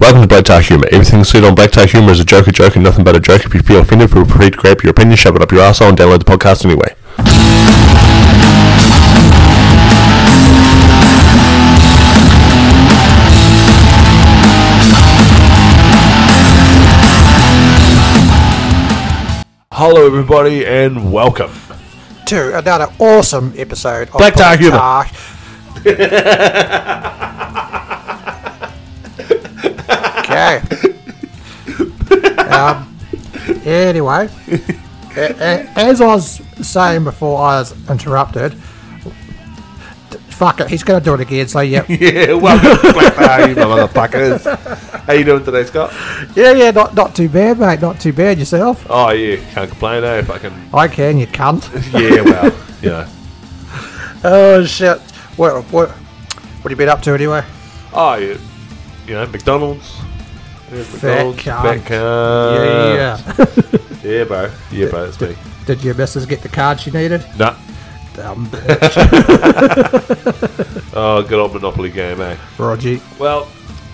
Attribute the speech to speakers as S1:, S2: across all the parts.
S1: Welcome to Black Tie Humor. Everything said on Black Tie Humor is a joke, a joke, and nothing but a joke. If you feel offended, feel free to grab your opinion, shove it up your asshole, and download the podcast anyway.
S2: Hello, everybody, and welcome.
S3: to another awesome episode of
S2: Black Tie Humour.
S3: Tie. okay. Um, anyway, a- a- as I was saying before, I was interrupted. D- Fuck it, he's going to do it again. So yeah,
S2: Yeah, welcome to Black Tie, you motherfuckers. How you doing today, Scott?
S3: yeah, yeah. Not not too bad, mate. Not too bad yourself.
S2: Oh, yeah, can't complain, eh? Fucking,
S3: I can, you cunt.
S2: yeah, well, you know.
S3: oh shit. What what what have you been up to anyway?
S2: Oh, yeah, you know, McDonald's. There's McDonald's,
S3: cunt.
S2: fat Uh. cunt.
S3: yeah, yeah.
S2: Yeah, bro. Yeah, bro, that's me.
S3: Did your missus get the card she needed?
S2: Nah.
S3: Damn
S2: Oh, good old Monopoly game, eh?
S3: Roger.
S2: Well,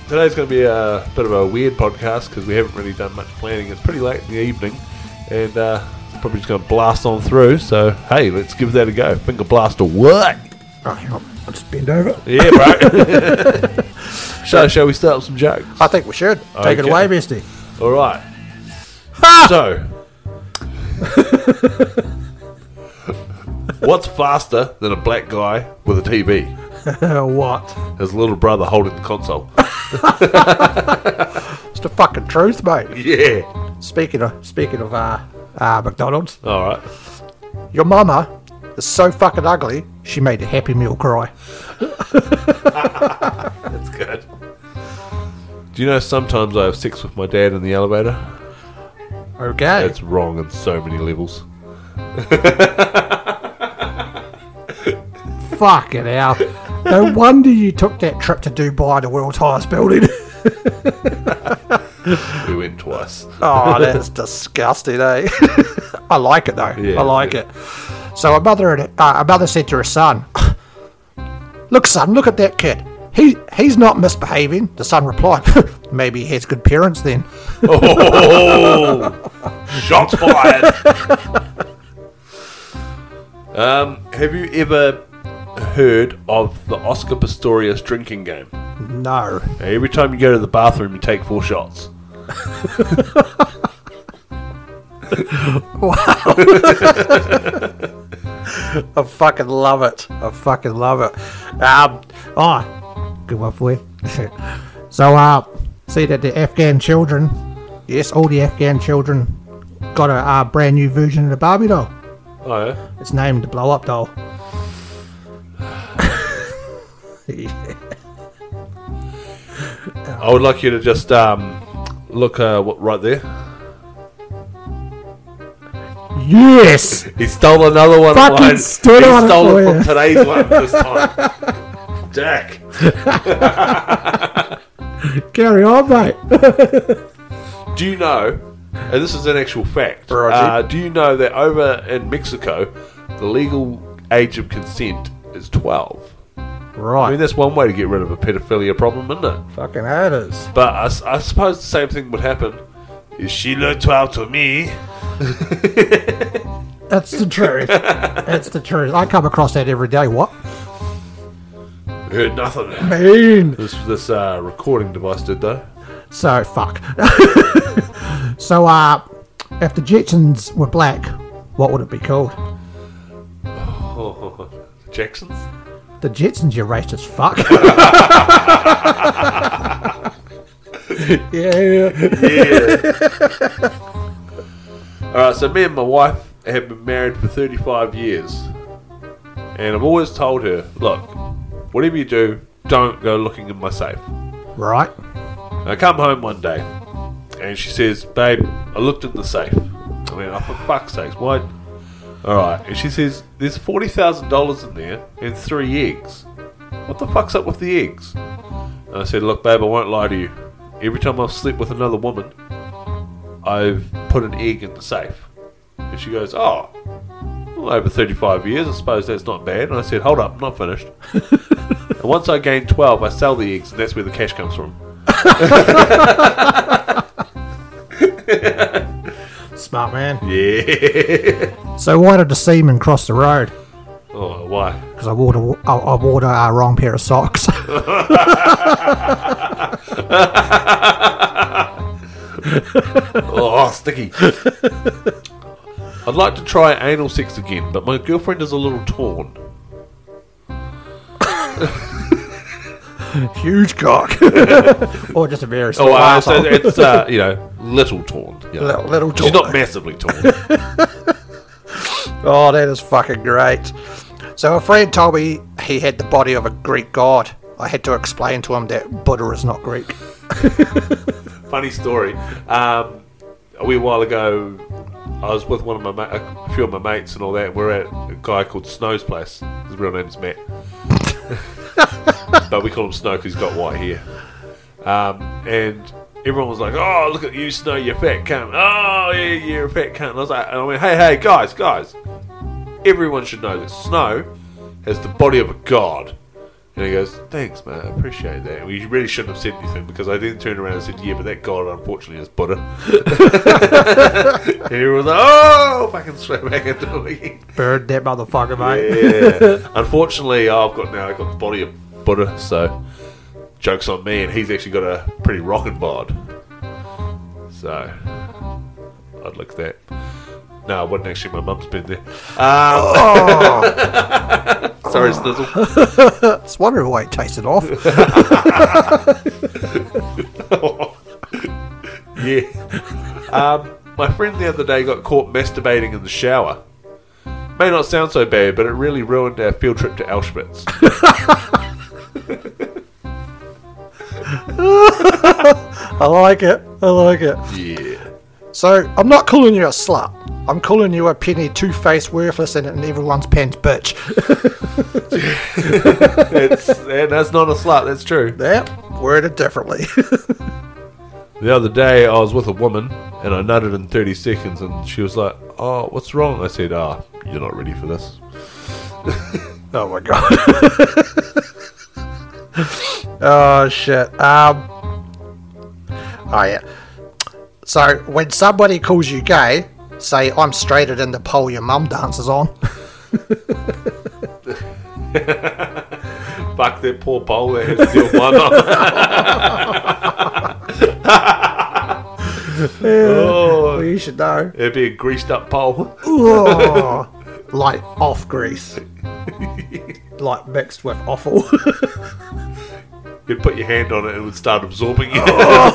S2: today's going to be a bit of a weird podcast because we haven't really done much planning. It's pretty late in the evening, and uh, it's probably just going to blast on through. So, hey, let's give that a go. Finger blast away.
S3: Oh, hang on. I'll just bend over.
S2: Yeah, bro. so, shall we start up some jokes?
S3: I think we should. Take it
S2: Okay.
S3: away, Misty.
S2: All right. So, what's faster than a black guy with a TV?
S3: what?
S2: His little brother holding the console.
S3: It's the fucking truth, mate.
S2: yeah.
S3: Speaking of speaking of uh, uh, McDonald's,
S2: All right.
S3: your mama is so fucking ugly. She made a Happy Meal cry.
S2: That's good. Do you know sometimes I have sex with my dad in the elevator?
S3: Okay.
S2: That's wrong on so many levels.
S3: fucking hell. no wonder you took that trip to Dubai, the world's highest building.
S2: We went twice.
S3: Oh, that's disgusting, eh? I like it though.
S2: Yeah,
S3: I like
S2: yeah.
S3: it. So a mother and uh, a mother said to her son, "Look, son, look at that kid. He he's not misbehaving." The son replied, "Maybe he has good parents then."
S2: Oh, shots fired. um, have you ever heard of the Oscar Pistorius drinking game?
S3: No.
S2: Every time you go to the bathroom, you take four shots.
S3: I fucking love it. I fucking love it. Um, oh, good one for you. so, uh, see that the Afghan children, yes, all the Afghan children got a uh, brand new version of the Barbie doll.
S2: Oh, yeah?
S3: It's named the Blow Up Doll.
S2: I would like you to just um, look uh, what, right there.
S3: Yes!
S2: He stole another one. of
S3: Fucking
S2: mine.
S3: stood
S2: he
S3: on it
S2: stole
S3: for
S2: it
S3: you.
S2: from today's one this time. Jack.
S3: Carry on, mate.
S2: Do you know, and this is an actual fact,
S3: Roger.
S2: uh, do you know that over in Mexico, the legal age of consent is 12? I
S3: Right.
S2: mean, that's one way to get rid of a pedophilia problem, isn't it?
S3: fucking haters.
S2: But I, s- I suppose the same thing would happen. Is she looked 12 to me?
S3: That's the truth. That's the truth. I come across that every day. What?
S2: Heard nothing.
S3: Mean.
S2: This, this uh, recording device did, though.
S3: So fuck. so uh, if the Jetsons were black, what would it be called?
S2: Jackson's?
S3: The Jetsons, you racist fuck. yeah.
S2: Yeah. Alright, so me and my wife have been married for 35 years. And I've always told her, look, whatever you do, don't go looking in my safe.
S3: Right.
S2: I come home one day and she says, babe, I looked in the safe. I mean, oh, for fuck's sakes, why? Alright, and she says, there's $40,000 in there and three eggs. What the fuck's up with the eggs? And I said, look, babe, I won't lie to you. Every time I've slept with another woman, I've put an egg in the safe. And she goes, oh, well, over 35 years, I suppose that's not bad. And I said, hold up, I'm not finished. and once I gain 12, I sell the eggs, and that's where the cash comes from.
S3: Smart man.
S2: Yeah.
S3: So why did the seaman cross the road?
S2: Oh, why?
S3: Because I wore the, I, I wore the uh, wrong pair of socks.
S2: Oh, sticky. I'd like to try anal sex again, but my girlfriend is a little torn.
S3: Huge cock. or just a very small
S2: Oh, uh, so
S3: asshole.
S2: it's uh, you know, little torn. you know.
S3: Little- little
S2: She's
S3: torn.
S2: not massively torn.
S3: Oh, that is fucking great. So a friend told me he had the body of a Greek god. I had to explain to him that Buddha is not Greek.
S2: Funny story. Um, a wee while ago, I was with one of my ma- a few of my mates and all that. We're at a guy called Snow's place. His real name's Matt, but we call him Snow because he's got white hair. Um, and everyone was like, "Oh, look at you, Snow! You're a fat cunt! Oh, yeah, you're a fat cunt!" And I was like, "And I went, hey, hey, guys, guys! Everyone should know that Snow has the body of a god." And he goes, "Thanks, man. I appreciate that." We really shouldn't have said anything because I then turned around and said, "Yeah, but that god, unfortunately, is Buddha." and everyone's like, "Oh, fucking straight back into it again."
S3: Bird that motherfucker, mate.
S2: Yeah. Unfortunately, I've got now I've got the body of Buddha, so jokes on me, and he's actually got a pretty rockin' bod. So I'd look at that. No, I wouldn't actually. My mum's been there. Um,
S3: Oh,
S2: sorry, Snizzle.
S3: I was wondering why it tasted off.
S2: yeah. Um, my friend the other day got caught masturbating in the shower. May not sound so bad, but it really ruined our field trip to Auschwitz.
S3: I like it. I like it.
S2: yeah.
S3: So I'm not calling you a slut. I'm calling you a penny, two-faced, worthless, and in everyone's pants, bitch.
S2: That's, and that's not a slut, that's true.
S3: that worded differently.
S2: The other day, I was with a woman and I nutted in 30 seconds, and she was like, Oh, what's wrong? I said, Ah, you're not ready for this.
S3: oh my god. oh shit. Um. Oh yeah. So when somebody calls you gay, say I'm straighter than the pole your mum dances on.
S2: Fuck that poor pole that has to deal one on.
S3: Well,
S2: oh,
S3: you should know.
S2: it'd be a greased up pole.
S3: Oh, like off grease. like mixed with offal.
S2: You'd put your hand on it and it would start absorbing you. the
S3: oh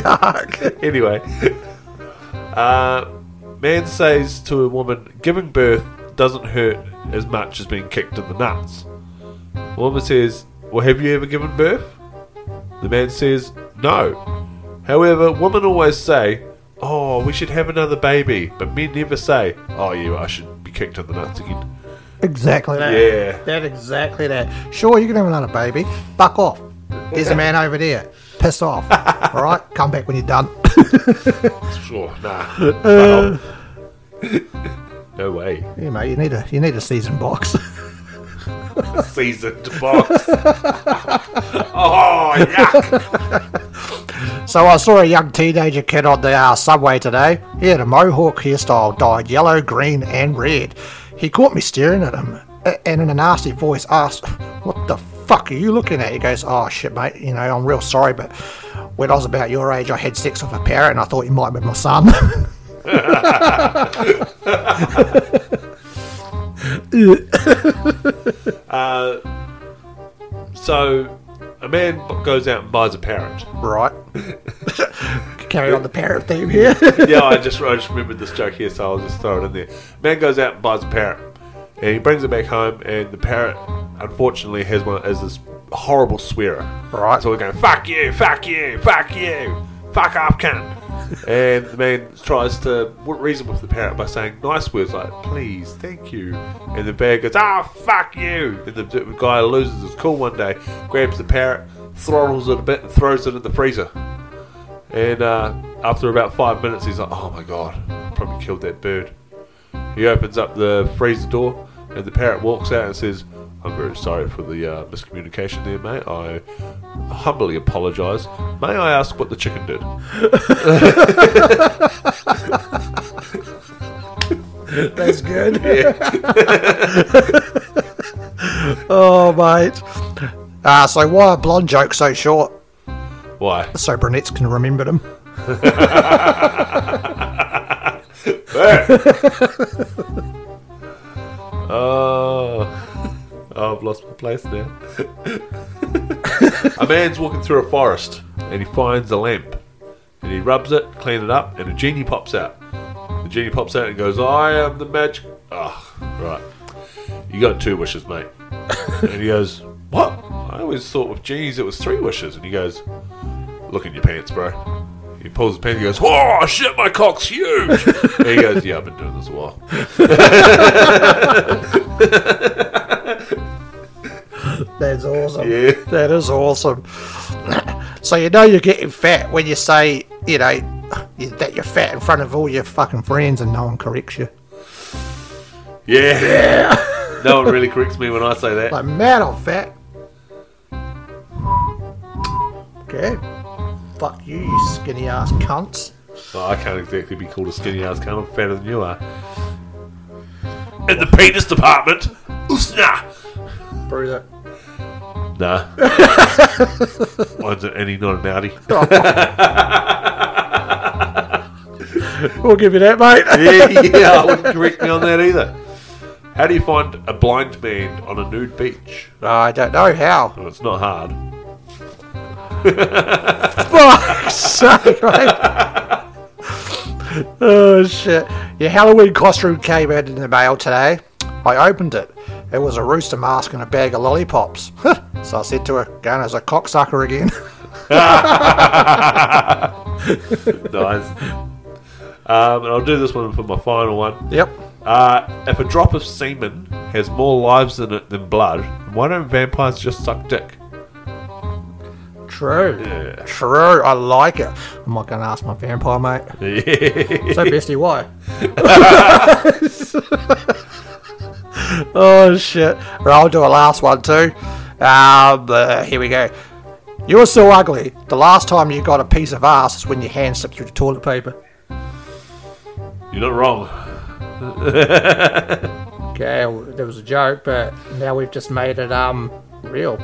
S3: yuck.
S2: pole. anyway, uh, man says to a woman, giving birth doesn't hurt as much as being kicked in the nuts. Woman says, Well, have you ever given birth? The man says, No. However, women always say, Oh, we should have another baby. But men never say, Oh, yeah, I should be kicked in the nuts again.
S3: Exactly that.
S2: Yeah.
S3: That exactly that. Sure, you can have another baby. Buck off. There's a man over there. Piss off. All right, come back when you're done.
S2: Sure, nah. Well, no way.
S3: yeah, mate. You need a you need a season box.
S2: Seasoned box. oh, yuck.
S3: so I saw a young teenager kid on the uh, subway today. He had a mohawk hairstyle dyed yellow, green, and red. He caught me staring at him, a- and in a nasty voice asked, "What the fuck are you looking at?" He goes, "Oh shit, mate. You know, I'm real sorry, but when I was about your age, I had sex with a parrot, and I thought you might be my son."
S2: Uh, so, a man b- goes out and buys a parrot.
S3: Right. Carry on the parrot theme here.
S2: yeah, I just, I just remembered this joke here, so I'll just throw it in there. Man goes out and buys a parrot. And he brings it back home, and the parrot, unfortunately, has one is this horrible swearer.
S3: Right.
S2: So we're going, fuck you, fuck you, fuck you, fuck up, cunt. and the man tries to w- reason with the parrot by saying nice words like, please, thank you. And the bear goes, ah, fuck you. And the, the guy loses his cool one day, grabs the parrot, throttles it a bit, and throws it in the freezer. And uh, after about five minutes, he's like, oh my god, probably killed that bird. He opens up the freezer door, and the parrot walks out and says, I'm very sorry for the uh, miscommunication there, mate. I humbly apologise. May I ask what the chicken did?
S3: That's good. oh, mate. Uh, so why are blonde jokes so short?
S2: Why?
S3: So brunettes can remember them.
S2: Oh, I've lost my place now. a man's walking through a forest and he finds a lamp and he rubs it, cleans it up, and a genie pops out. The genie pops out and goes, "I am the magic." Ah, right. You got two wishes, mate. and he goes, "What? I always thought with genies it was three wishes." And he goes, "Look in your pants, bro." He pulls his pants. He goes, "Oh shit, my cock's huge." and he goes, "Yeah, I've been doing this a while."
S3: That's awesome.
S2: Yeah.
S3: That is awesome. so you know you're getting fat when you say, you know, you- that you're fat in front of all your fucking friends and no one corrects you.
S2: Yeah. no one really corrects me when I say that.
S3: Like, man, I'm fat. Okay. Fuck you, you skinny ass cunts.
S2: Oh, I can't exactly be called a skinny ass cunt. I'm fatter than you are. In the penis department. Usna.
S3: Brew that.
S2: Nah. Mine's an any, not an outie.
S3: We'll give you that, mate.
S2: Yeah, yeah, I wouldn't correct me on that either. How do you find a blind man on a nude beach?
S3: I don't know how.
S2: Well, it's not hard.
S3: Fuck's sake, mate. oh, shit. Your Halloween costume came out in the mail today. I opened it. It was a rooster mask and a bag of lollipops. so I said to her, Garner's a cocksucker again.
S2: Nice. um, and I'll do this one for my final one.
S3: yep.
S2: Uh, if a drop of semen has more lives in it than blood, why don't vampires just suck dick?
S3: True. True. I like it. I'm not going to ask my vampire, mate. So bestie, why? oh shit! Right, I'll do a last one too. Um, uh, here we go. You're so ugly. The last time you got a piece of ass is when your hand slipped through the toilet paper.
S2: You're not wrong.
S3: Okay, well, there was a joke, but now we've just made it um real.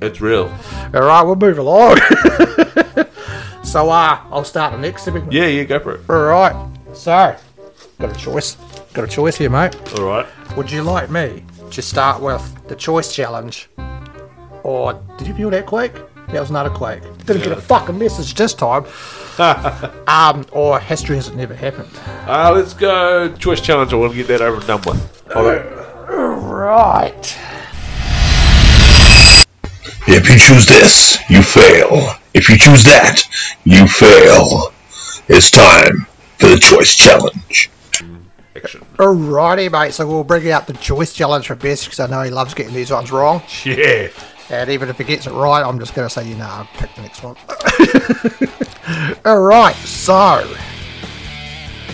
S2: It's real.
S3: All right, we'll move along. so uh, I'll start the next segment.
S2: Yeah, yeah, go for it.
S3: All right. So, got a choice. Got a choice here, mate.
S2: All right.
S3: Would you like me to start with the choice challenge? Or did you feel that quake? That was not a quake. Didn't get a fucking message this time. um, or history has never happened.
S2: Uh, let's go choice challenge. I want to get that over and done with. All right.
S3: Right.
S4: If you choose this, you fail. If you choose that, you fail. It's time for the choice challenge.
S2: Action.
S3: Alrighty, mate. So we'll bring out the choice challenge for Bess because I know he loves getting these ones wrong.
S2: Yeah.
S3: And even if he gets it right, I'm just going to say, you know, I'll pick the next one. All right, so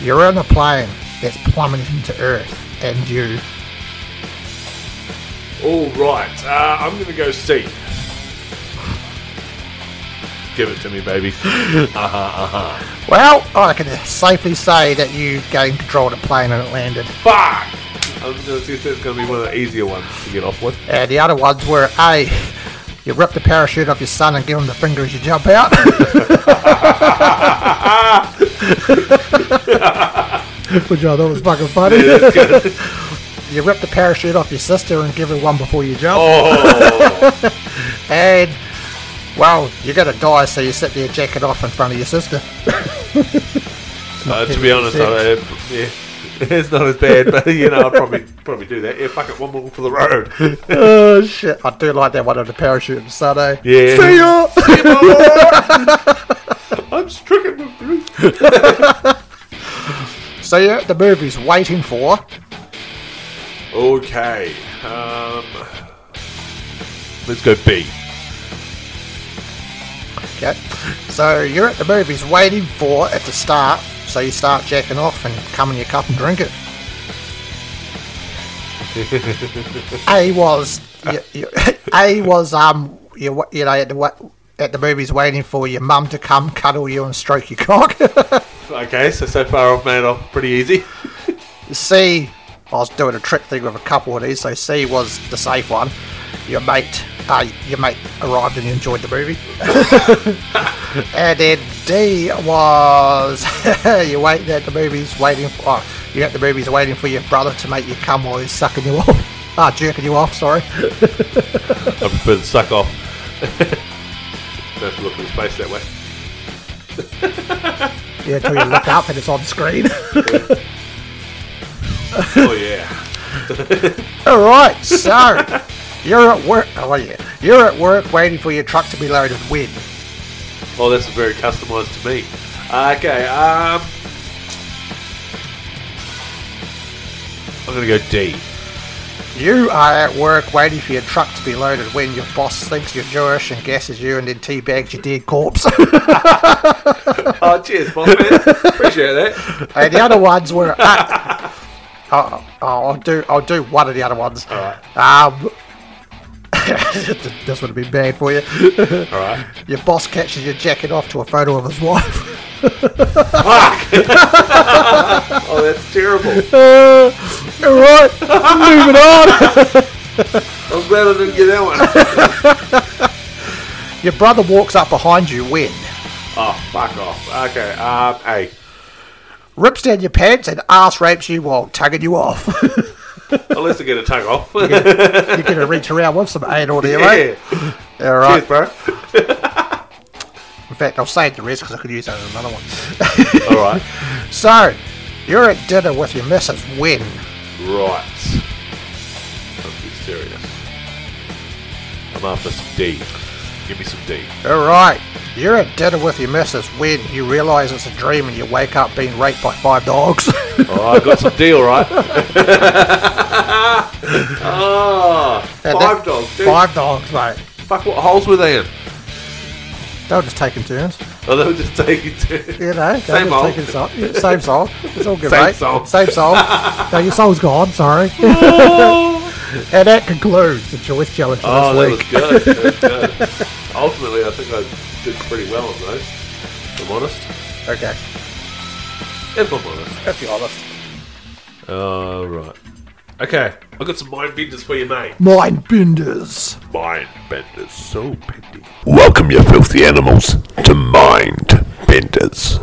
S3: you're on a plane that's plummeting to Earth, and you.
S2: All right. Uh, I'm going to go C. Give it to me, baby.
S3: Well, I can safely say that you gained control of the plane and it landed.
S2: Fuck! I was going to see if that's going to be one of the easier ones to get off with.
S3: And Uh, the other ones were A, you rip the parachute off your son and give him the finger as you jump out. Which I thought was fucking funny. you rip the parachute off your sister and give her one before you jump.
S2: Oh!
S3: And, well, you're going to die, so you sit there jacking off in front of your sister.
S2: Uh, to be honest, I, uh, yeah, it's not as bad, but you know, I'll probably probably do that. Yeah, fuck it, one more for the road.
S3: oh, shit. I do like that one of the parachute and son, eh?
S2: Yeah.
S3: See ya!
S2: I'm stricken with blue.
S3: so you're at the movies waiting for
S2: Okay. Um, let's go B.
S3: Okay. So you're at the movies waiting for at the start, so you start jacking off and come in your cup and drink it. I was, you, you, I was, um, you, you know, at the wa- at the movies waiting for your mum to come cuddle you and stroke your cock.
S2: Okay, so so far I've made off pretty easy.
S3: C, I was doing a trick thing with a couple of these, so C was the safe one. Your mate, uh, your mate arrived and you enjoyed the movie. and then D was you waiting at the movies, waiting for oh, you at the movies, waiting for your brother to make you come while he's sucking you off. Ah, jerking you off. Sorry.
S2: I prefer the suck off. Don't have to look at his face that way.
S3: Yeah, until you look up and it's on screen.
S2: Oh yeah.
S3: All right, so you're at work. Oh yeah, you're at work waiting for your truck to be loaded. When?
S2: Oh, that's very customised to me. Okay, um, I'm gonna go D.
S3: You are at work waiting for your truck to be loaded when your boss thinks you're Jewish and gasses you and then teabags your dead corpse.
S2: Oh, cheers, my man. Appreciate that.
S3: and the other ones were. Uh, oh, oh, I'll do. I'll do one of the other ones. Um, this would have been bad for you.
S2: All right.
S3: Your boss catches you jacking off to a photo of his wife.
S2: Fuck. oh, that's terrible.
S3: All right, moving on.
S2: I'm glad I didn't get that one.
S3: Your brother walks up behind you when
S2: Oh, fuck off. Okay, um, A.
S3: rips down your pants and ass rapes you while tugging you off.
S2: Unless I get a tongue off.
S3: You're gonna reach around with some anal there,
S2: yeah.
S3: mate. All right.
S2: Cheers, bro.
S3: In fact, I'll save the rest because I could use that in another one.
S2: All right.
S3: So, you're at dinner with your missus when?
S2: Right. Let's be serious. I'm after some D. Give me some D.
S3: Alright, you're at dinner with your missus when you realise it's a dream and you wake up being raped by five dogs.
S2: Oh, I got some D, all right. Ah,
S3: And
S2: five
S3: that-
S2: dogs, dude.
S3: Five dogs, mate.
S2: Fuck, what holes were they in?
S3: They were just taking turns.
S2: Oh, they were just taking two.
S3: You know, they
S2: Same
S3: were just
S2: old.
S3: taking so- yeah, same soul. It's all good,
S2: Same
S3: mate.
S2: soul.
S3: Same soul. no, your soul's gone, sorry. and that concludes the choice challenge for this
S2: Oh, that
S3: week.
S2: was good. That was good. Ultimately, I think I did pretty well on those. If I'm honest.
S3: Okay,
S2: If I'm honest.
S3: if you're honest.
S2: All right. Okay, I've got some mind benders for you, mate.
S3: Mind benders.
S2: Mind benders, so bendy.
S1: Welcome, you filthy animals, to Mind Benders.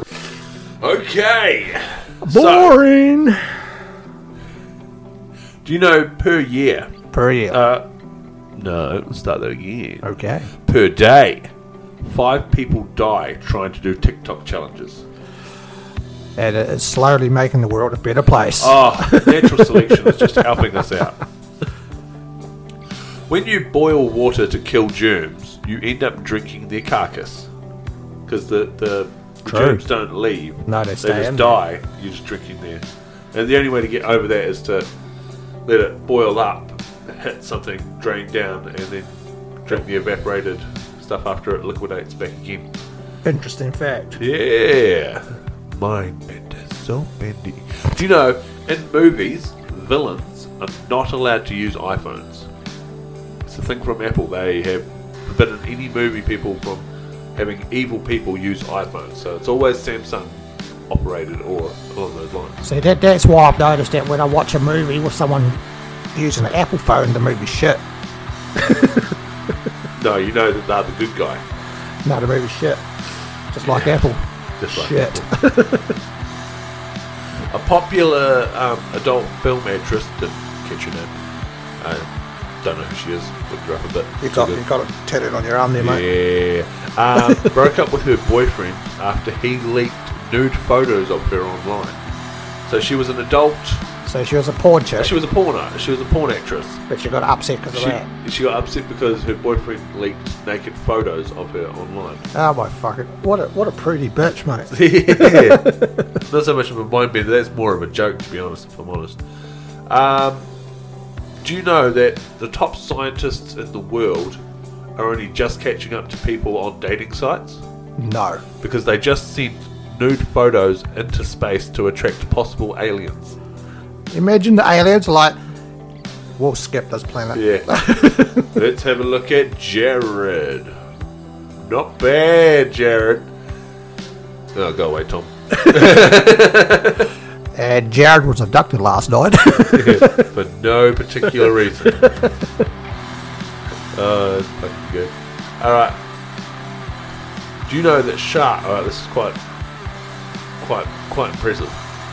S2: Okay.
S3: Boring.
S2: Do you know per year?
S3: per year.
S2: Uh, no, start that again.
S3: okay.
S2: Per day, five people die trying to do TikTok challenges.
S3: And it- it's slowly making the world a better place.
S2: Ah, natural selection is just helping us out. When you boil water to kill germs, you end up drinking their carcass because the the
S3: True.
S2: germs don't leave.
S3: No, they
S2: they
S3: stay in
S2: just die. You're just drinking there, and the only way to get over that is to let it boil up, hit something, drain down, and then drink the evaporated stuff after it liquidates back again.
S3: Interesting fact.
S2: Yeah. Mind benders, so bendy. Do you know, in movies, villains are not allowed to use iPhones. It's a thing from Apple. They have forbidden any movie people from having evil people use iPhones. So it's always Samsung operated or along those lines.
S3: See, that, that's why I've noticed that when I watch a movie with someone using an Apple phone, the movie's shit.
S2: No, you know that they're the good guy.
S3: No, the movie's shit. Just like Apple.
S2: Just like
S3: shit.
S2: A popular um, adult film actress, didn't catch her name. I don't know who she is. Looked her up a bit.
S3: you
S2: It's all
S3: got,
S2: good.
S3: you got to turn it on your arm there, mate.
S2: Yeah. Um, broke up with her boyfriend after he leaked nude photos of her online. So she was an adult.
S3: So she was a porn chick,
S2: She was a porno. She was a porn actress.
S3: but she got upset because of that.
S2: She, she got upset because her boyfriend leaked naked photos of her online.
S3: Oh my fucking! What a what a prudy bitch, mate.
S2: Yeah. Not so much of a mind bender. That's more of a joke, to be honest. If I'm honest. Um, do you know that the top scientists in the world are only just catching up to people on dating sites?
S3: No.
S2: because they just sent nude photos into space to attract possible aliens.
S3: Imagine the aliens are like, We'll skip this planet.
S2: Yeah. Let's have a look at Jared. Not bad, Jared. Oh, go away, Tom.
S3: And Jared was abducted last night.
S2: For no particular reason. Oh, that's fucking good. Alright. Do you know that shark alright, this is quite quite quite impressive.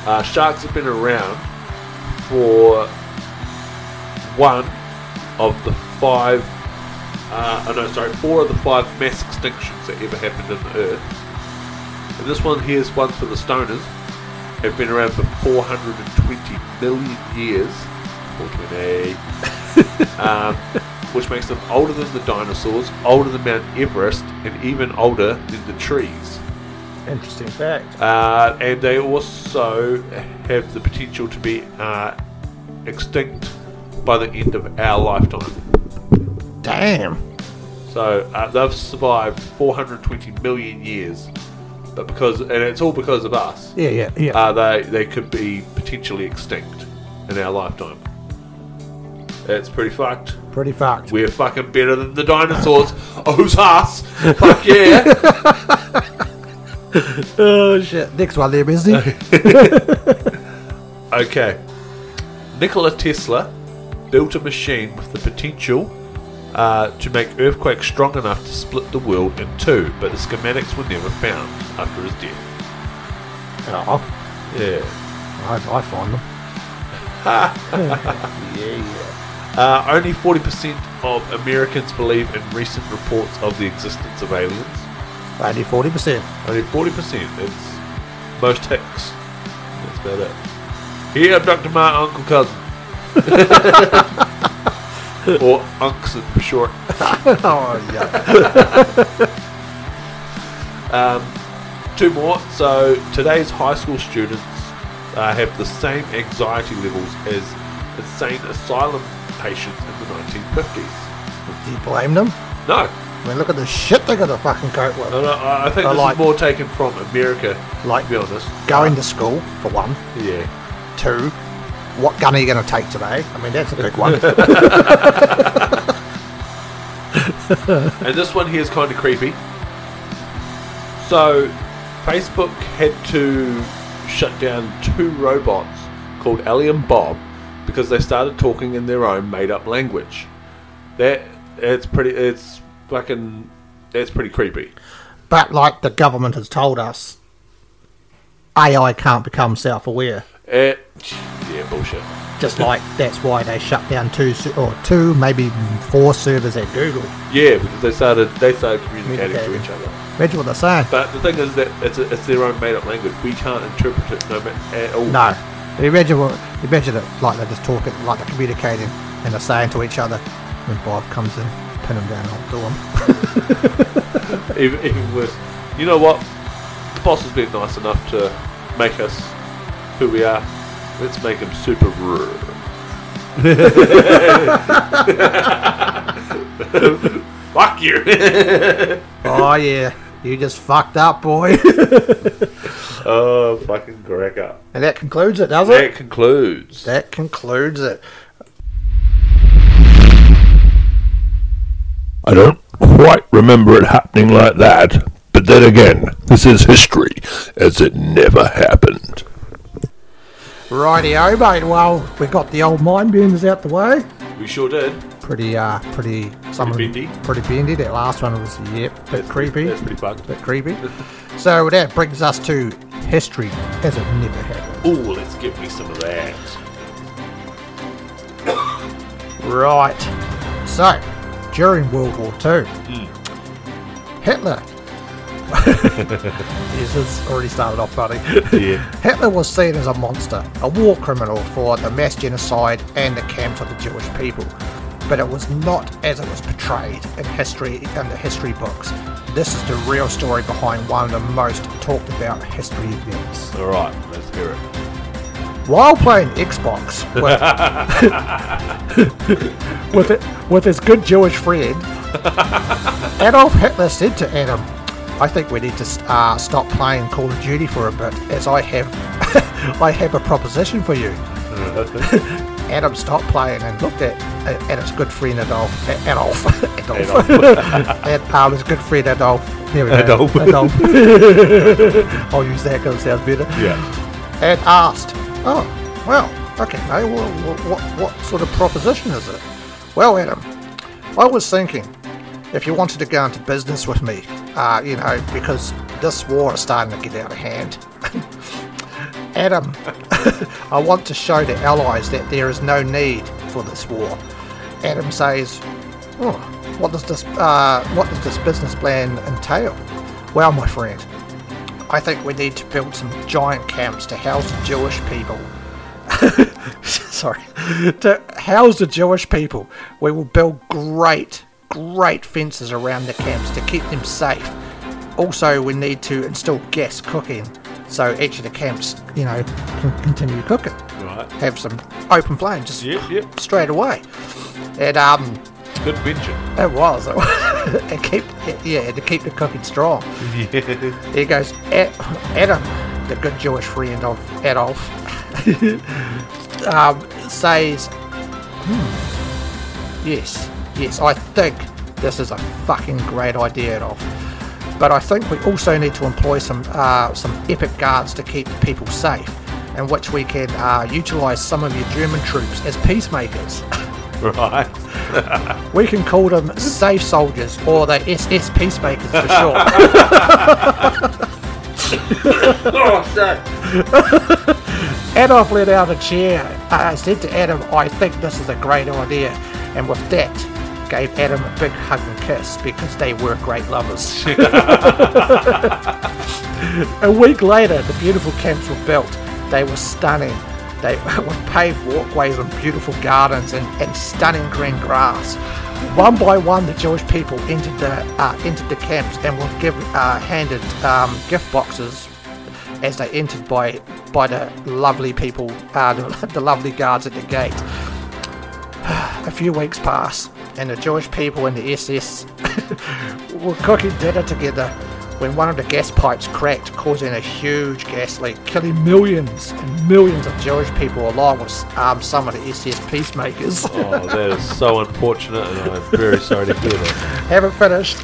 S2: Uh, sharks have been around for one of the five uh, oh no sorry, four of the five mass extinctions that ever happened on Earth. And this one here's one for the stoners have been around for 420 million years. 420. um, which makes them older than the dinosaurs, older than Mount Everest, and even older than the trees.
S3: Interesting fact.
S2: Uh, and they also have the potential to be uh, extinct by the end of our lifetime.
S3: Damn.
S2: So uh, they've survived 420 million years, but because and it's all because of us.
S3: Yeah, yeah, yeah.
S2: uh, they they could be potentially extinct in our lifetime. That's pretty fucked.
S3: Pretty fucked.
S2: We're fucking better than the dinosaurs. Oh, who's us? Fuck yeah!
S3: oh shit. Next one there, busy.
S2: okay. Nikola Tesla built a machine with the potential uh, to make earthquakes strong enough to split the world in two, but the schematics were never found after his death.
S3: oh,
S2: Yeah.
S3: I, I find them.
S2: Uh, only 40% of Americans believe in recent reports of the existence of aliens.
S3: Only forty percent.
S2: Only 40%. It's most hicks. That's about it. Here, abducted my uncle cousin. or Unxon for short.
S3: Oh yeah.
S2: Two more. So today's high school students uh, have the same anxiety levels as insane asylum patients in the 1950s.
S3: Do you blame them?
S2: No,
S3: I mean, look at the shit they got to fucking cope with.
S2: no, no I I think
S3: I
S2: this
S3: like-
S2: is more taken from America.
S3: Like-
S2: to be honest,
S3: Going to school for one,
S2: yeah.
S3: two. What gun are you going to take today? I mean, that's a big one.
S2: And this one here is kind of creepy. So, Facebook had to shut down two robots called Ellie and Bob because they started talking in their own made-up language. That it's pretty. It's fucking. That's pretty creepy.
S3: but like the government has told us, AI can't become self-aware.
S2: Eh, yeah, bullshit.
S3: Just like that's why they shut down two ser- or two, maybe four servers at Google.
S2: Yeah, because they started. They started communicating to
S3: Communicating.
S2: each other.
S3: Imagine what they're saying.
S2: But the thing is that it's, a, it's their own made-up language. We can't interpret it no, ma- at all.
S3: No. Imagine what, imagine it like they're just talking, like they're communicating and they're saying to each other. When Bob comes in, pin him down, I'll do him.
S2: even, even worse. You know what? The boss has been nice enough to make us who we are. Let's make him super rude. Fuck you.
S3: oh yeah, you just fucked up, boy.
S2: oh, fucking crack up.
S3: and that concludes it, does it?
S2: That concludes.
S3: That concludes it.
S1: I don't quite remember it happening like that, but then again, this is history, as it never happened.
S3: Rightio, mate. Well, we got the old mind benders out the way.
S2: We sure did.
S3: Pretty, uh, pretty. Some
S2: Pretty
S3: of them-
S2: bendy.
S3: Pretty bendy. That last one was yep, bit creepy.
S2: That's pretty fucked.
S3: bit creepy. so that brings us to history as it never happened.
S2: Ooh, let's give me some of that.
S3: Right. So, during World War Two, Hitler. this has already started off funny.
S2: Yeah.
S3: Hitler was seen as a monster, a war criminal for the mass genocide and the camps of the Jewish people. But it was not as it was portrayed in history and the history books. This is the real story behind one of the most talked about history events.
S2: All right, let's hear it.
S3: While playing Xbox with, with, it, with his good Jewish friend, Adolf Hitler said to Adam, I think we need to uh, stop playing Call of Duty for a bit, as I have, I have a proposition for you. Adam stopped playing and looked at at, at his good friend Adolf. Ad- Adolf. Adolf. Ad, um, his good friend Adolf. There we go.
S2: Adolf.
S3: Adolf. I'll use that because it sounds better.
S2: Yeah.
S3: And asked, "Oh, well, okay. Now, what, what what sort of proposition is it?" Well, Adam, I was thinking if you wanted to go into business with me, uh, you know, because this war is starting to get out of hand. Adam, I want to show the Allies that there is no need for this war. Adam says, oh, "What does this uh, What does this business plan entail?" Well, my friend, I think we need to build some giant camps to house the Jewish people. Sorry, to house the Jewish people. We will build great, great fences around the camps to keep them safe. Also, we need to install gas cooking so each of the camps, you know, can continue cooking.
S2: Right.
S3: Have some open flame just
S2: Yep, yep.
S3: straight away. And um,
S2: Good venture.
S3: it was. and keep, yeah, to keep the cooking strong.
S2: Yeah.
S3: He goes, "A- Adam, Eh, the good Jewish friend of Adolf, um, says, hmm, Yes, yes, I think this is a fucking great idea, Adolf. But I think we also need to employ some uh, some epic guards to keep the people safe, in which we can uh, utilize some of your German troops as peacemakers.
S2: Right.
S3: We can call them safe soldiers or the SS peacemakers for sure.
S2: oh, shit.
S3: Adolf let out a cheer. I said to Adam, I think this is a great idea. And with that, gave Adam a big hug and kiss because they were great lovers. a week later, the beautiful camps were built. They were stunning. They with paved walkways and beautiful gardens and, and stunning green grass. One by one, the Jewish people entered the uh, entered the camps and were give, uh, handed um, gift boxes as they entered by by the lovely people, uh, the, the lovely guards at the gate. A few weeks pass, and the Jewish people and the SS were cooking dinner together when one of the gas pipes cracked, causing a huge gas leak, killing millions and millions of Jewish people, along with um, some of the SS peacemakers.
S2: Oh, that is so unfortunate, and I'm very sorry to hear that.
S3: Haven't finished.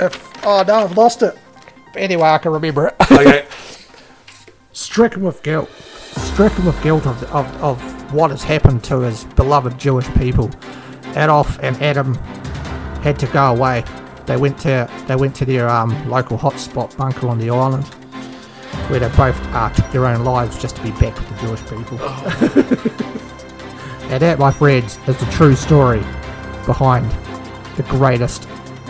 S3: If, oh no, I've lost it. But anyway, I can remember it.
S2: Okay.
S3: stricken with guilt, stricken with guilt of, of, of what has happened to his beloved Jewish people. Adolf and Adam had to go away. They went to they went to their um, local hotspot bunker on the island, where they both uh, took their own lives just to be back with the Jewish people. and that, my friends, is the true story behind the greatest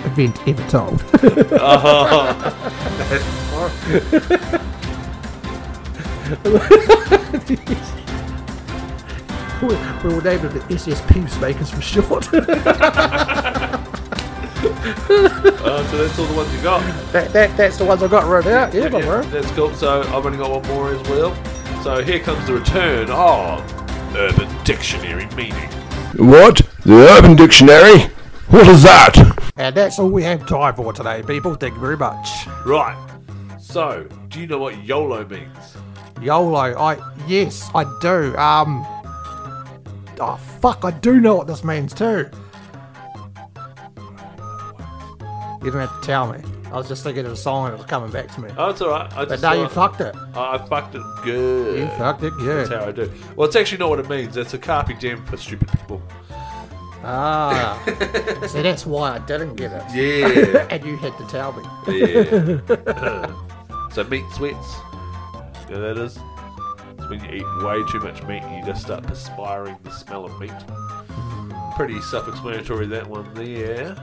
S3: event ever told. we we will name them the SSP makers for short.
S2: Uh, so that's all the ones you got.
S3: That, that that's the ones I got wrote out. Yeah, my bro.
S2: That's cool. So I've only got one more as well. So here comes the return of Urban Dictionary meaning.
S1: What? The Urban Dictionary? What is that?
S3: And that's all we have time for today, people. Thank you very much.
S2: Right. So, do you know what YOLO means?
S3: YOLO. I yes, I do. Um. Oh fuck! I do know what this means too. You don't have to tell me. I was just thinking of a song and it was coming back to me.
S2: Oh, it's alright. I
S3: But
S2: just
S3: now you
S2: saw-
S3: fucked it.
S2: I I fucked it good.
S3: You fucked it.
S2: That's
S3: Yeah.
S2: how I do. Well, it's actually not what it means. It's a carpe diem for stupid people.
S3: Ah. so that's why I didn't get it.
S2: Yeah.
S3: And you had to tell me.
S2: yeah. so meat sweats. You know what that is? It's when you eat way too much meat and you just start perspiring the smell of meat. Pretty self-explanatory that one there.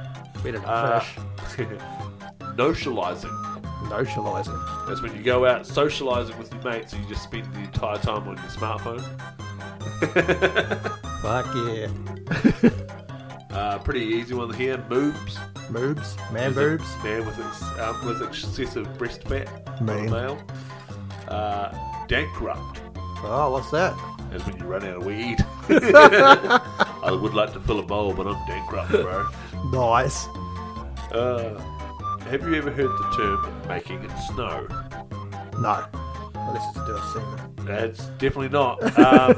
S3: We didn't
S2: Uh,
S3: finish.
S2: socializing.
S3: Socializing.
S2: That's when you go out socializing with your mates and you just spend the entire time on your smartphone.
S3: Fuck yeah.
S2: Uh, pretty easy one here. Moobs.
S3: Boobs, man
S2: Is a
S3: boobs.
S2: Man with, ex- um, with excessive breast fat. on a
S3: Man.
S2: Male. Uh, bankrupt.
S3: Oh, what's that?
S2: That's when you run out of weed. I would like to fill a bowl, but I'm bankrupt, bro.
S3: Nice.
S2: Uh, have you ever heard the term making it snow?
S3: Oh, No. Unless it's to do a singer.
S2: That's definitely not. Um,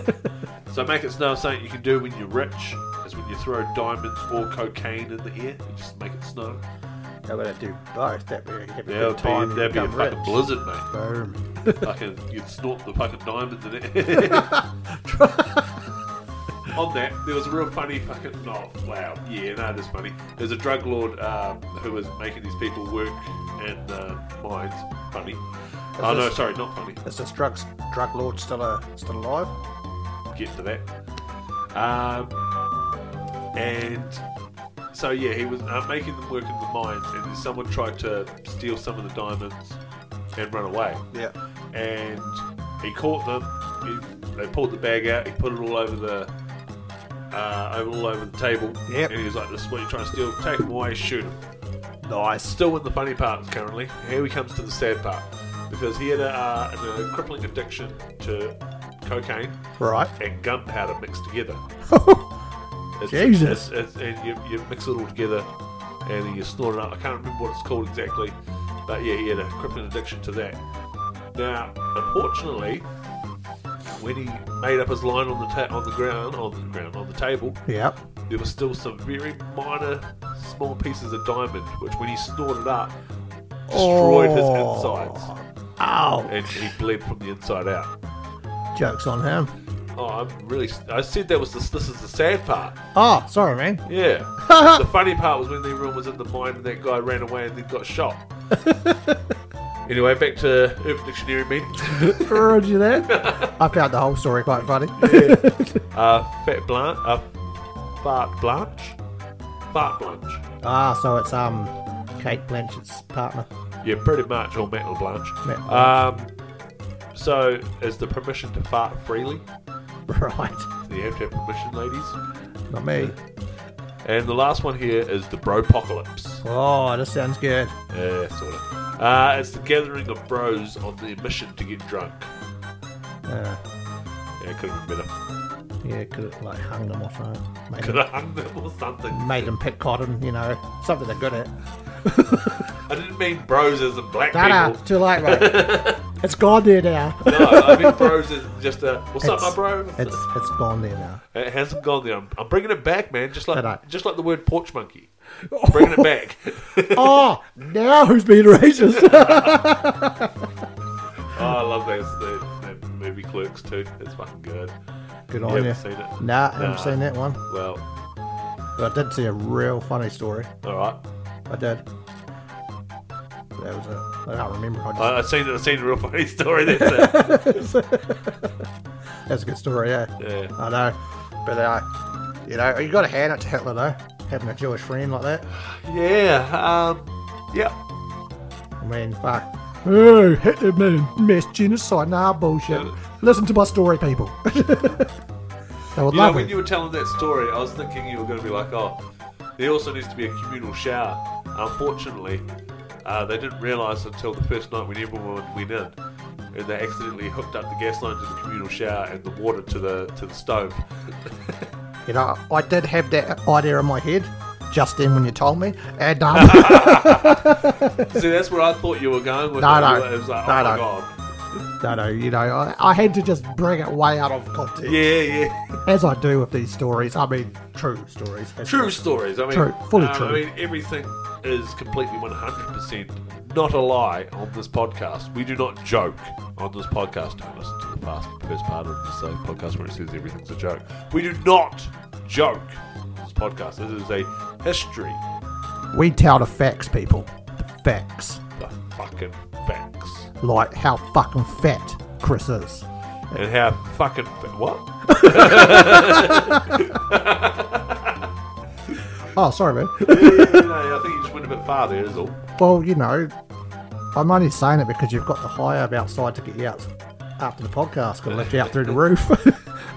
S2: So make it snow is something you can do when you're rich, as when you throw diamonds or cocaine in the air, you just make it snow.
S3: I'm gonna do both. That'd be, that'd be a
S2: There'd
S3: good time.
S2: be,
S3: to
S2: there'd be a
S3: become
S2: fucking
S3: rich.
S2: blizzard, mate.
S3: Boom.
S2: fucking, you'd snort the fucking diamonds in it. On that, there was a real funny fucking. Oh, wow. Yeah, no, that's funny. There's a drug lord um, who was making these people work in uh, mines. Funny. oh, no,
S3: this-
S2: sorry, not funny.
S3: Is this drug drug lord still uh, still alive?
S2: get to that. Um, and so yeah, he was uh, making them work in the mines, and then someone tried to steal some of the diamonds and run away.
S3: Yeah.
S2: And he caught them. He, they pulled the bag out. He put it all over the uh, over all over the table.
S3: Yep.
S2: And he was like, "This is what you're trying to steal. Take them away. Shoot them."
S3: Nice.
S2: Still in the funny part currently. Here he comes to the sad part because he had a, uh, a crippling addiction to cocaine
S3: Right.
S2: and gunpowder mixed together. It's,
S3: Jesus.
S2: it's- it's- and you, you mix it all together and then you snort it up. I can't remember what it's called exactly, but yeah, he had a crippling addiction to that. Now, unfortunately, when he made up his line on the ta- on the ground on the ground on the table,
S3: Yep.
S2: there were still some very minor, small pieces of diamond, which when he snorted up, destroyed his insides,
S3: Ow.
S2: and he bled from the inside out.
S3: Jokes on him.
S2: Oh, I'm really. I said that was the, this is the sad part.
S3: Oh, sorry, man.
S2: Yeah. the funny part was when the room was in the mine and that guy ran away and then got shot. anyway, back to Urban Dictionary meaning.
S3: Heard you there. I found the whole story quite funny.
S2: uh, fat blanche. Uh, fart blanche. Fart blanche.
S3: ah, so it's um, Kate Blanchett's partner.
S2: Yeah, pretty much, or Matt LeBlanche.
S3: Matt
S2: Um, so, is the permission to fart freely?
S3: Right.
S2: Do you have to have permission, ladies?
S3: Not me.
S2: And the last one here is the bropocalypse.
S3: Oh, this sounds good.
S2: Yeah, sort of. Uh, it's the gathering of bros on the mission to get drunk.
S3: Uh,
S2: Yeah, it could have been better.
S3: yeah, could have like hung them off a made,
S2: Could
S3: them,
S2: have hung them or something.
S3: made them pick cotton. You know, something they're good at.
S2: I didn't mean bros as in black
S3: No, no, it's
S2: people.
S3: too late, mate. it's gone there now.
S2: No, I mean bros as just a what's up,
S3: It's-
S2: my bro? Uh,
S3: It's it's gone there now.
S2: It hasn't gone there. I'm, I'm bringing it back, man. Just like
S3: No, no.
S2: just like the word porch monkey. bringing it back.
S3: Oh, now who's being racist?
S2: Oh, I love that, that, that movie Clerks too. It's fucking good.
S3: Good
S2: you
S3: on
S2: haven't
S3: you.
S2: seen it?
S3: Nah, I haven't
S2: Nah.
S3: seen that one.
S2: Well,
S3: But I did see a real funny story.
S2: all right.
S3: I did. But That was it. I can't remember. I just,
S2: I, I seen I seen a real funny story. That's it.
S3: that's a good story, yeah.
S2: Yeah.
S3: I know. But, uh, you know, you got to hand it to Hitler, though, having a Jewish friend like that.
S2: Yeah. Um. Yeah.
S3: I mean, fuck. Oh, Hitler, man. Mass genocide. Nah, bullshit. Listen to my story, people. they would
S2: You know,
S3: love
S2: when
S3: it.
S2: you were telling that story, I was thinking you were going to be like, oh, there also needs to be a communal shower. Unfortunately, uh, they didn't realise until the first night when everyone went in, and they accidentally hooked up the gas line to the communal shower and the water to the to the stove.
S3: You know, I did have that idea in my head just then when you told me. And, um,
S2: See, that's where I thought you were going with
S3: No,
S2: it.
S3: no.
S2: It was like,
S3: No,
S2: oh my
S3: no.
S2: god.
S3: no, no, you know, I, I had to just bring it way out of context.
S2: Yeah, yeah.
S3: As I do with these stories. I mean, true stories.
S2: True stories. I mean,
S3: True. Fully
S2: um,
S3: true.
S2: I mean, everything is completely 100% not a lie on this podcast. We do not joke on this podcast. Don't listen to the past, first part of this uh, podcast where it says everything's a joke. We do not joke on this podcast. This is a history
S3: We tell the facts, people. The facts.
S2: of fucking facts.
S3: Like how fucking fat Chris is.
S2: And how fucking. Fa- what?
S3: Oh, sorry, man.
S2: Yeah, yeah, yeah, no, I think you just went a bit far there, is all.
S3: well, you know, I'm only saying it because you've got the high up outside to get you out after the podcast. Gonna let you out through the roof.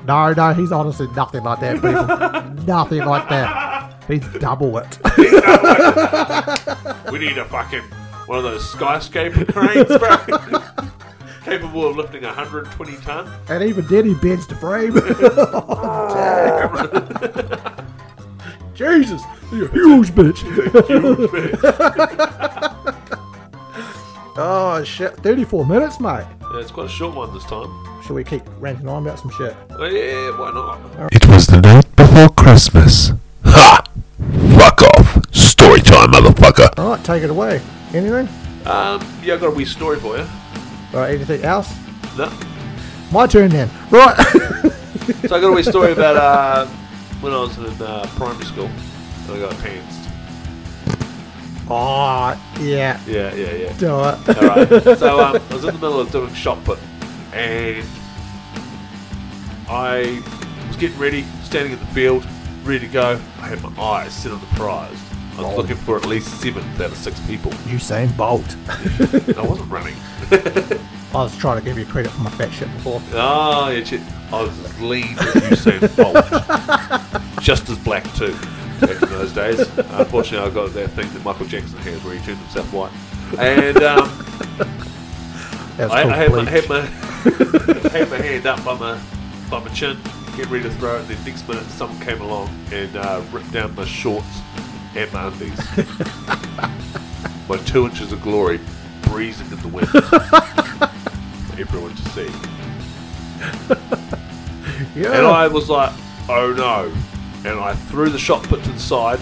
S3: no, no, he's honestly nothing like that, people. nothing like that. He's double it.
S2: We need a fucking one of those skyscraper cranes, bro. Capable of lifting 120 ton.
S3: and even then, he bends the frame. Jesus, you're a huge bitch.
S2: Huge man.
S3: Oh shit! Thirty-four minutes, mate.
S2: Uh, it's quite a short one this time.
S3: Should we keep ranting on about some shit?
S2: Oh, yeah, why not?
S1: It was the night before Christmas. Ha! Fuck off. Story time, motherfucker.
S3: All right, take it away. Anything?
S2: Um, yeah, I got a wee story for you.
S3: All right, anything else?
S2: No.
S3: My turn then. Right.
S2: So I got a wee story about uh, when I was in uh, primary school. And I got pantsed.
S3: oh, yeah. uh,
S2: Yeah, yeah, yeah.
S3: Do it.
S2: Alright, so um, I was in the middle of doing shot put and I was getting ready, standing at the field, ready to go. I had my eyes set on the prize. I was looking for at least seven out of six people.
S3: Usain Bolt.
S2: I wasn't running.
S3: I was trying to give you credit for my fat shit before.
S2: Oh, yeah, shit. I was as lean as Usain Bolt. Just as black, too, back in those days. Unfortunately, I got that thing that Michael Jackson has where he turned himself white. And um,
S3: That was
S2: I,
S3: called
S2: I, had my,
S3: bleach.
S2: had my had my hand up by my by my chin, getting ready to throw it. And then next minute, someone came along and uh, ripped down my shorts and my undies. my two inches of glory breezing in the wind. for everyone to see,
S3: Yeah.
S2: and I was like, "Oh no!" And I threw the shot put to the side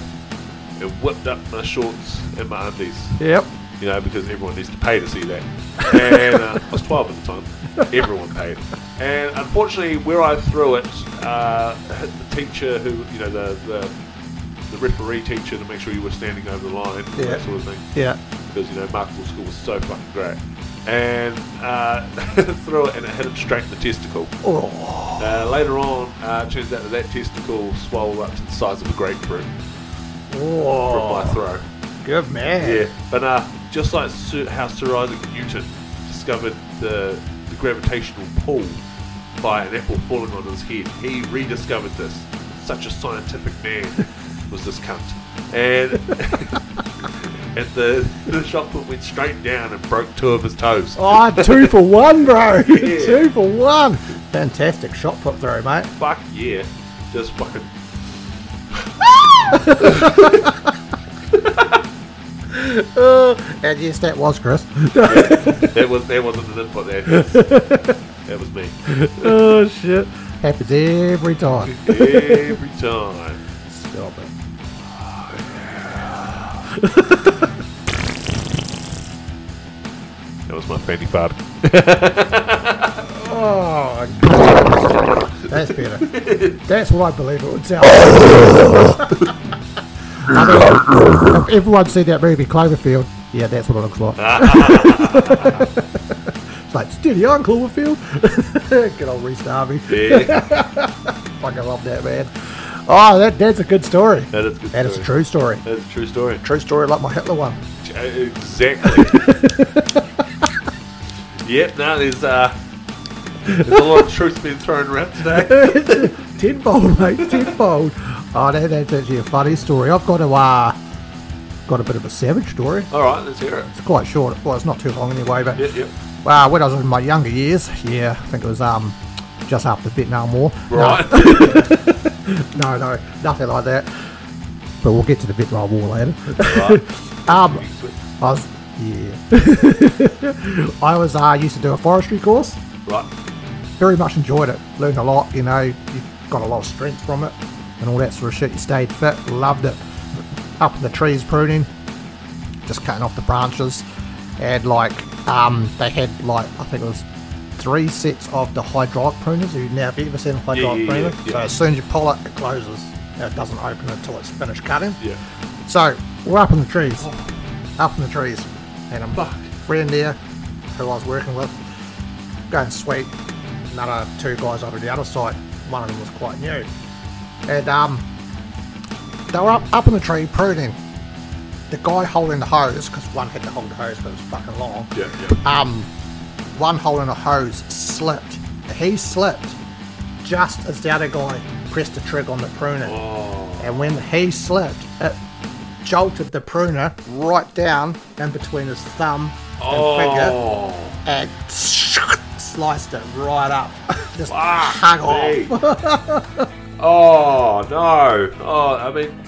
S2: and whipped up my shorts and my undies.
S3: Yep.
S2: you know, because everyone needs to pay to see that. And uh, I was 12 at the time. Everyone paid. And unfortunately, where I threw it, uh, hit the teacher who, you know, the, the the referee teacher to make sure you were standing over the line, and that
S3: Yeah.
S2: sort of thing.
S3: Yeah.
S2: Because, you know, Markville School was so fucking great. And uh, threw it and it hit him straight in the testicle.
S3: Oh,
S2: Uh, later on, uh, it turns out that that testicle swelled up to the size of a grapefruit from my
S3: oh.
S2: throw.
S3: good man.
S2: Yeah, but uh, just like Sir, how Sir Isaac Newton discovered the, the gravitational pull by an apple falling on his head, he rediscovered this. Such a scientific man was this cunt. And, and the, the shot put went straight down and broke two of his toes.
S3: Oh, two for one, bro. two for one. Fantastic shot put throw, mate.
S2: Fuck yeah. Just fucking.
S3: Uh, and yes, that was Chris.
S2: That, was, that wasn't an input there. that was me.
S3: oh shit. Happens every time.
S2: Every time.
S3: Stop it.
S2: That was my fanny fart.
S3: Oh, God. that's better. That's what I believe it would sound. like. I mean, if everyone seen that movie Cloverfield, yeah, that's what it looks like. it's like steady on Cloverfield. Good old Reese Darby.
S2: Yeah,
S3: Fucking love that man. Oh, that that's a good story.
S2: that is a good
S3: That is a true story.
S2: That is a true story.
S3: True story, like my Hitler one.
S2: Uh, Exactly. yep, no, there's, uh, there's a lot of truth being thrown around today.
S3: tenfold, mate, tenfold. Oh, that, that's actually a funny story. I've got a uh, got a bit of a savage story.
S2: All right, let's hear it.
S3: It's quite short. Well, it's not too long anyway. But
S2: Yep, yep.
S3: uh, when I was in my younger years, yeah, I think it was um just after the Vietnam War. No,
S2: Right.
S3: No, no, nothing like that. But we'll get to the Vietnam War later.
S2: right.
S3: Um, I was yeah. I was uh, used to do a forestry course.
S2: Right.
S3: very much enjoyed it. Learned a lot, you know, you got a lot of strength from it and all that sort of shit. You stayed fit, loved it. Up in the trees pruning, just cutting off the branches. And like, um, they had like, I think it was three sets of the hydraulic pruners. You've now have you ever seen a hydraulic
S2: yeah,
S3: pruner.
S2: yeah,
S3: So
S2: yeah.
S3: as soon as you pull it, it closes. It doesn't open until it's finished cutting.
S2: Yeah.
S3: So we're up in the trees, up in the trees, and I'm
S2: Fuck.
S3: friend there who I was working with, going sweet. Another two guys over the other side. One of them was quite new, and um, they were up up in the tree pruning. The guy holding the hose, because one had to hold the hose, but it was fucking long.
S2: Yeah, yeah.
S3: Um, one holding a hose slipped. He slipped just as the other guy pressed the trigger on the pruner.
S2: Oh.
S3: And when he slipped, it jolted the pruner right down in between his thumb and finger
S2: Oh,
S3: and sliced it right up. Just
S2: fuck
S3: hung
S2: me.
S3: off.
S2: oh, no. Oh, I mean,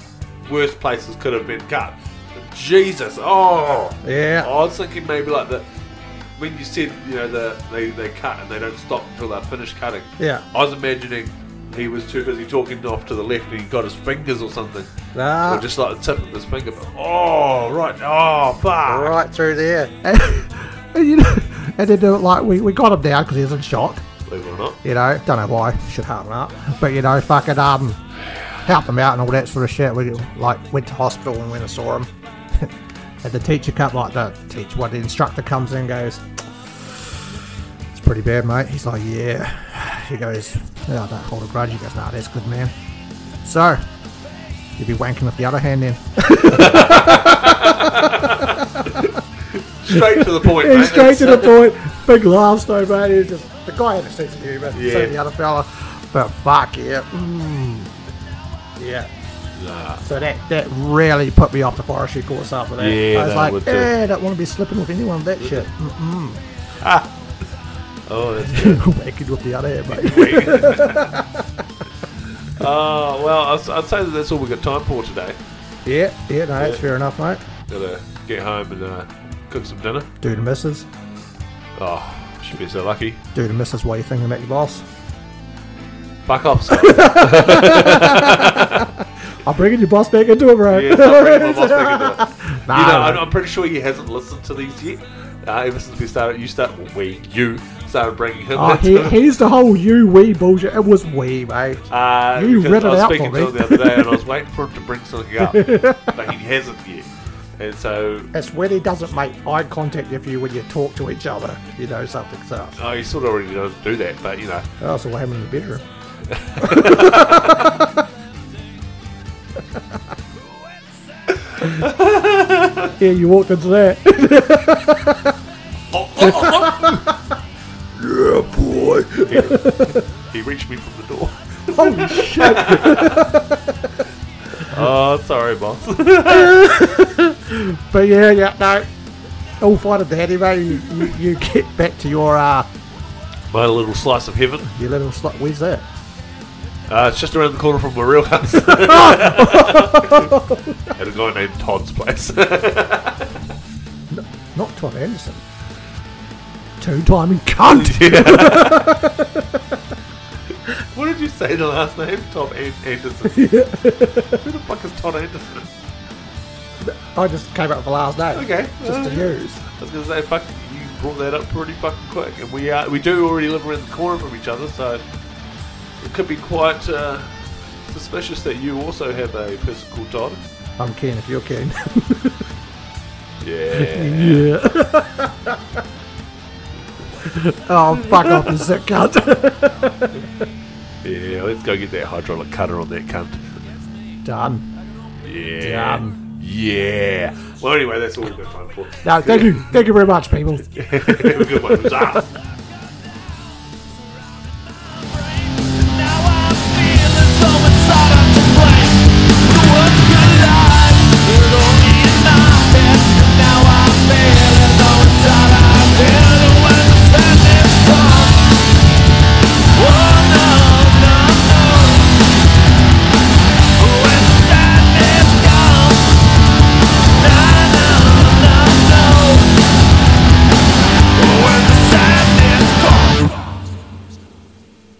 S2: worse places could have been cut. Jesus. Oh.
S3: Yeah.
S2: I was thinking maybe like the when you said you know the, they they cut and they don't stop until they're finished cutting.
S3: Yeah.
S2: I was imagining he was too busy talking off to the left and he got his fingers or something,
S3: Nah.
S2: or just like the tip of his finger. But, oh right, oh fuck.
S3: right through there. And, and you know, and they do it like we, we got him down because he was in shock.
S2: Believe it or not.
S3: You know, don't know why. Should harden up, but you know, fucking um, help him out and all that sort of shit. We like went to hospital and went and saw him. and the teacher come like the teacher, what the instructor comes in and goes, "It's pretty bad, mate." He's like, "Yeah." He goes, "No, I don't hold a grudge." He goes, "Nah, that's good, man." So, you'd be wanking with the other hand then.
S2: Straight to the point.
S3: He's
S2: mate.
S3: straight to the
S2: That's-
S3: point. Big laughs though, mate. He was just the guy had a sense of humour. So
S2: Yeah.
S3: did the other fella, but fuck yeah, mm. yeah. So that that really put me off the forestry course after that.
S2: Yeah,
S3: I was
S2: that would
S3: like,
S2: do.
S3: eh, I don't want to be slipping with anyone with that shit. Mm,
S2: Oh, that's good.
S3: Wanking with the other hand, mate.
S2: Oh, Uh, well, I'd, I'd say that that's all we got time for today.
S3: yeah, yeah, no, that's fair enough, mate.
S2: Gotta get home and uh, cook some dinner.
S3: Do the missus,
S2: Oh, should be so lucky.
S3: do the missus while you're thinking about your boss.
S2: Fuck off, son.
S3: I'm bringing your boss back into it, bro.
S2: Yeah, stop bringing my boss back into it.
S3: Nah,
S2: You know, I'm,
S3: mate.
S2: I'm pretty sure he hasn't listened to these yet. Uh, ever since we started, you start, well, we, you started bringing him
S3: Oh,
S2: into
S3: he,
S2: it.
S3: he's the whole you we bullshit. It was we, mate.
S2: Uh,
S3: You
S2: because
S3: read
S2: I
S3: it
S2: was
S3: out
S2: speaking
S3: for
S2: to
S3: me.
S2: him the other day and I was waiting for him to bring something up, but he hasn't yet. And so
S3: It's when he doesn't make eye contact with you when you talk to each other. You know something's up.
S2: oh, he sort of already does do that, but you know,
S3: That's what happened in the bedroom. yeah, you walked into that.
S2: he reached me from the door.
S3: Holy shit!
S2: Oh, sorry, boss.
S3: But yeah, yeah, no. All fine and dandy, mate. You, you, you get back to your uh,
S2: My little slice of heaven.
S3: your little slot. Where's that?
S2: Uh, it's just around the corner from my real house. At a guy named Todd's place.
S3: Not Todd Anderson. Two-timing cunt.
S2: what did you say the last name? Tom An- Anderson. Who the fuck is Todd Anderson?
S3: I just came up with the last name.
S2: Okay.
S3: Just to use.
S2: I was gonna say, fuck, you brought that up pretty fucking quick, and we are we do already live around the corner from each other, so it could be quite uh, suspicious that you also have a person called Todd.
S3: I'm keen if you're keen.
S2: Yeah.
S3: Yeah. oh, fuck off, you sick cunt.
S2: yeah. Let's go get that hydraulic cutter on that cunt.
S3: Done.
S2: Yeah.
S3: Um,
S2: yeah. Well, anyway, that's all we've got time for.
S3: No, thank you. Thank you very much, people.
S2: Have a good one. It was us.